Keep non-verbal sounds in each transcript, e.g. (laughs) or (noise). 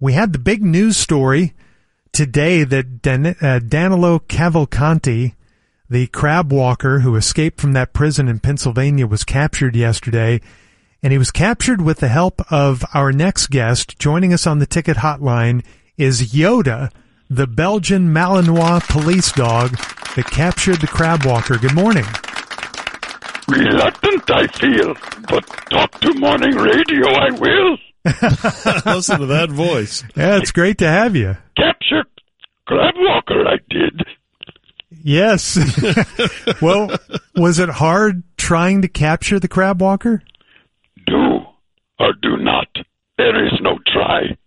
we had the big news story today that Dan- uh, Danilo Cavalcanti, the crab walker who escaped from that prison in Pennsylvania, was captured yesterday. And he was captured with the help of our next guest. Joining us on the ticket hotline is Yoda, the Belgian Malinois police dog that captured the crab walker. Good morning. Reluctant, I feel, but talk to morning radio, I will. Listen to that voice. Yeah, it's great to have you. Capture Crab Walker, I did. Yes. (laughs) well, was it hard trying to capture the crab walker? Do or do not. There is no try.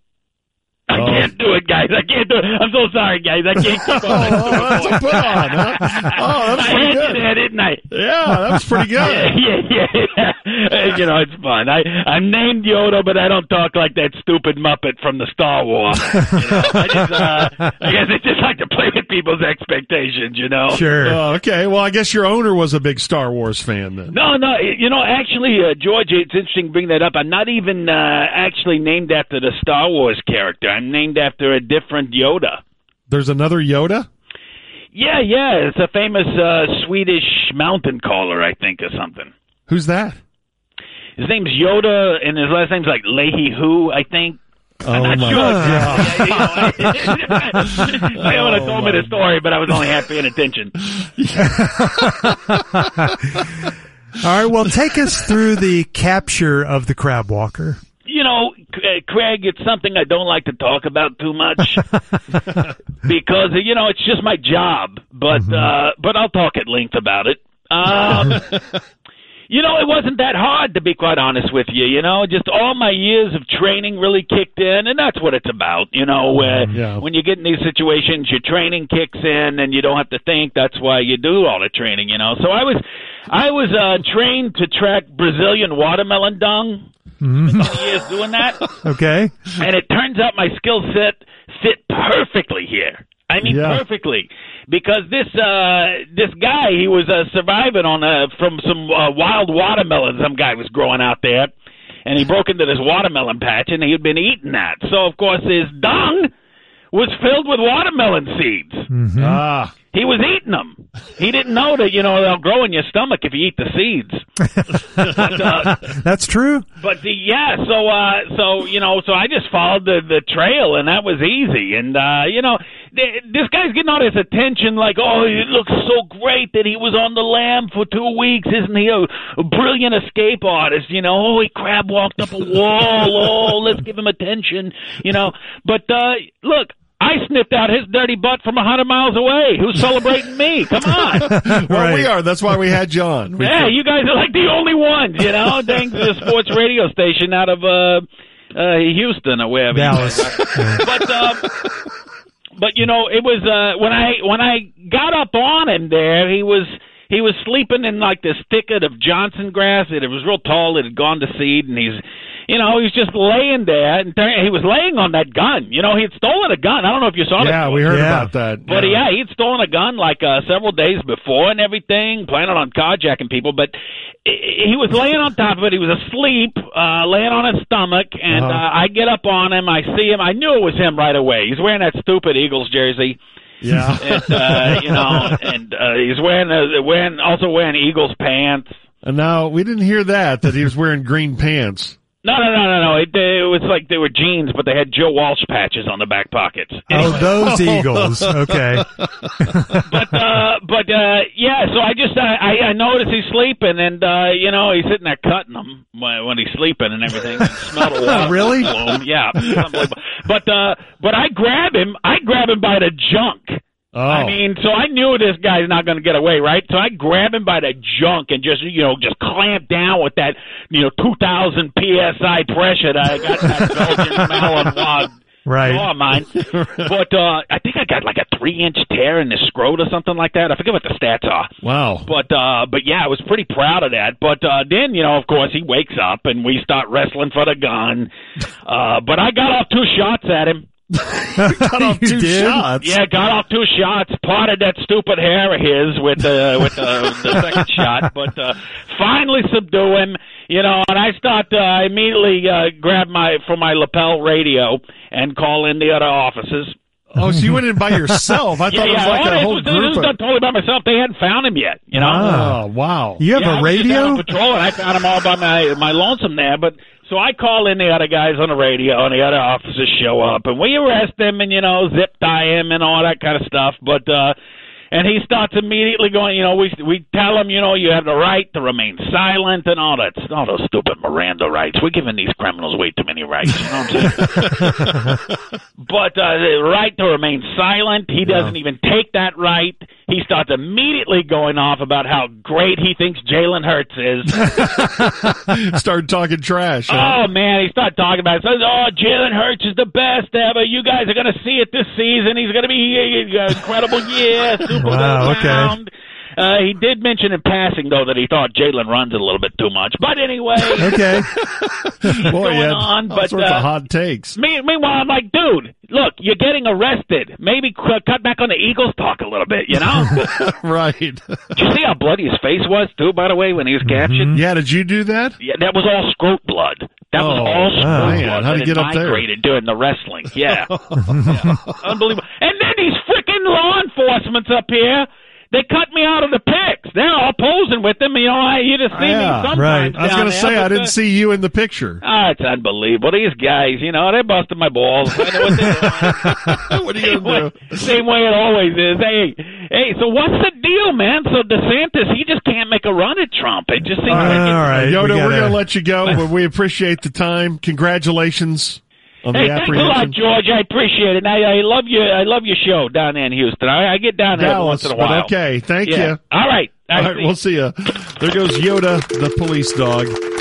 I Oh. can't do it, guys. I can't do it. I'm so sorry, guys. I can't keep up. (laughs) Oh, that's a put on, (laughs) huh? Oh, that's I (laughs) pretty had good. you there, didn't I? (laughs) Yeah, that was pretty Yeah, good. yeah, yeah. (laughs) Uh, you know, it's fun. I I'm named Yoda, but I don't talk like that stupid Muppet from the Star Wars. You know? I, just, (laughs) uh, I guess I just like to play with people's expectations. You know. Sure. Oh, okay, well, I guess your owner was a big Star Wars fan then. No, no. You know, actually, uh, George, it's interesting you bring that up. I'm not even uh, actually named after the Star Wars character. I'm named after a different Yoda. There's another Yoda? Yeah, yeah. It's a famous uh, Swedish mountain caller, I think, or something. Who's that? His name's Yoda, and his last name's like Leahy Who, I think. Oh, Not my sure. God. Oh, Yeah, (laughs) you know, I, (laughs) I would have told me the story, but I was only half paying attention. All right. Well, take us through the capture of the crab walker. you know, C- uh, Craig, it's something I don't like to talk about too much (laughs) because you know it's just my job. But uh, but I'll talk at length about it. Um, you know, it wasn't that hard to be quite honest with you. You know, just all my years of training really kicked in, and that's what it's about. You know, where Yeah. when you get in these situations, your training kicks in, and you don't have to think. That's why you do all the training. You know, so I was. I was uh, trained to track Brazilian watermelon dung years doing that, Okay. and it turns out my skill set fit perfectly here. I mean, Yeah. perfectly, because this uh, this guy he was uh, surviving on uh, from some uh, wild watermelon some guy was growing out there, and he broke into this watermelon patch and he had been eating that. So of course his dung was filled with watermelon seeds. Ah, He was eating them. He didn't know that you know they'll grow in your stomach if you eat the seeds. but, uh, That's true. but the, yeah, so uh, so you know, so I just followed the the trail, and that was easy. And uh, you know, th- this guy's getting all this attention, like, oh, it looks so great that he was on the lam for two weeks, isn't he a, a brilliant escape artist? You know, oh, he crab walked up a wall. Oh, let's give him attention. You know, but uh, look. I sniffed out his dirty butt from a hundred miles away. Who's celebrating me? Come on! well, Right. we are. That's why we had (laughs) John. We- Yeah, you guys are like the only ones, you know. Thanks to the sports radio station out of uh, uh, Houston or wherever. Dallas. But uh, but you know, it was uh, when I when I got up on him there, he was he was sleeping in like this thicket of Johnson grass. It, it was real tall. It had gone to seed, and he's. You know, he was just laying there, and turn- he was laying on that gun. You know, he had stolen a gun. I don't know if you saw that. Yeah, we heard Yeah. about that. But yeah, he'd stolen a gun like uh, several days before and everything, planning on carjacking people. But he he was laying on top of it. He was asleep, uh, laying on his stomach, and uh I get up on him. I see him. I knew it was him right away. He's wearing that stupid Eagles jersey, Yeah. and uh, you know, and uh, he's wearing uh, wearing also wearing Eagles pants. And now, we didn't hear that, that he was wearing green pants. No, no, no, no, no. It, it was like they were jeans, but they had Joe Walsh patches on the back pockets. (laughs) Oh, those eagles. Okay. but uh but uh yeah so i just i i I noticed he's sleeping and uh you know he's sitting there cutting them when when he's sleeping and everything and smelled a lot Really? of yeah it's unbelievable. but uh but i grab him i grab him by the junk (laughs) Oh. I mean, so I knew this guy's not going to get away, right? So I grab him by the junk and just, you know, just clamp down with that, you know, 2,000 psi pressure that I got in that Belgian Malinois Right. claw of mine. But uh, I think I got like a three-inch tear in the scrot or something like that. I forget what the stats are. wow. But uh, but yeah, I was pretty proud of that. But uh, then you know, of course, he wakes up and we start wrestling for the gun. Uh, but I got off two shots at him. Oh, Cut off (laughs) You two did? shots. Yeah, got off two shots, potted that stupid hair of his with the with the, the second shot, but uh, finally subdue him. You know, and I start. Uh, I immediately uh, grab my for my lapel radio and call in the other offices. Oh, so (laughs) you went in by yourself. I Yeah, thought it was yeah. like oh, a this whole was, this group. was Of, done totally by myself. They hadn't found him yet. You know. Ah. oh, wow. You have a yeah, I was just out radio? on patrol, and I found him all by my my lonesome there. But so I call in the other guys on the radio, and the other officers show up, and we arrest him, and you know, zip tie him, and all that kind of stuff. But uh and he starts immediately going, you know, we we tell him, you know, you have the right to remain silent and all that, all those stupid Miranda rights. We're giving these criminals way too many rights. You know what I'm saying? But uh, the right to remain silent, he doesn't even take that right. He starts immediately going off about how great he thinks Jalen Hurts (laughs) is. Started talking (laughs) trash. oh huh? man, he starts talking about it. Says, "Oh, Jalen Hurts is the best ever. You guys are going to see it this season. He's going to be he- he- incredible year, (laughs) Super Bowl Wow, okay. round." Uh, he did mention in passing though that he thought Jalen runs it a little bit too much. But (laughs) anyway, Okay. Boy, going yeah. on, all but, sorts uh, of hot takes. (laughs) Me- meanwhile, I'm like, dude, look, you're getting arrested. Maybe qu- cut back on the Eagles talk a little bit, you know? (laughs) right. Did you see how bloody his face was, too, by the way, when he was captured? yeah, did you do that? Yeah, that was all scrote blood. That was Oh, all scrote man, blood. how'd that he get had up there? migrated during the (laughs) wrestling. Yeah. Yeah. Unbelievable. And then these freaking law enforcement's up here. They cut me out of the pics. They're all posing with them. You know, I, you just see Yeah, me sometimes. right. I was down going to there, say, but, I uh, didn't see you in the picture. Ah, it's unbelievable. These guys, you know, they busted my balls. I know what they're doing. (laughs) What are you same, gonna way, do? same way it always is. Hey, hey. So what's the deal, man? So DeSantis, he just can't make a run at Trump. It just seems All like it's, right. Yoda, we we are gotta- going to let (laughs) you go, but we appreciate the time. Congratulations on Hey, the thanks a lot, apprehension. George. I appreciate it. And I, I love your, I love your show down there in Houston. I, I get down there every once Dallas, in a but while. okay. Thank Yeah. you. All right. All right, we'll see you. There goes Yoda, the police dog.